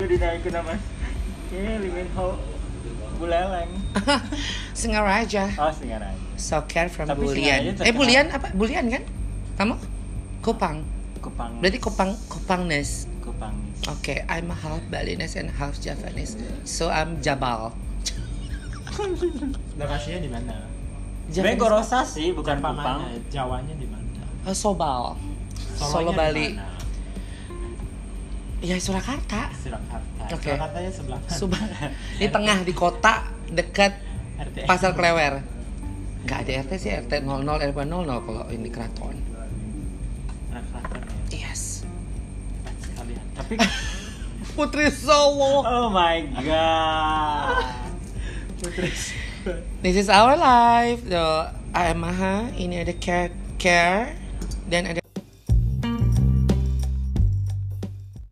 dinaikin sama ini Liminho Buleleng. Singaraja. Oh, Singaraja. Soccer from Tapi Bulian. Singaraja Eh terkenal. Bulian apa? Bulian kan? Kamu? Kupang. Kupang. Berarti Kupang Kupangnes. Kupang. Okay, I'm half Balinese and half Javanese. So I'm Jabal. Lokasinya di mana? Javanese- Bego Rosa sih, bukan Kupang. Pamannya, Jawanya di mana? Oh, Sobal. Solo Solonya di Bali. mana? Ya Surakarta. Surakarta. Oke. Surakartanya sebelah mana? Suba. di tengah di kota dekat RT. Pasar Klewer. Nggak ada RT sih, RT 00, RW 00 kalau ini keraton. Surakarta ya. Yes. Pas sekalian. Tapi Putri Solo. oh my god. This is our life. So, I'm Maha, ini ada care, care dan ada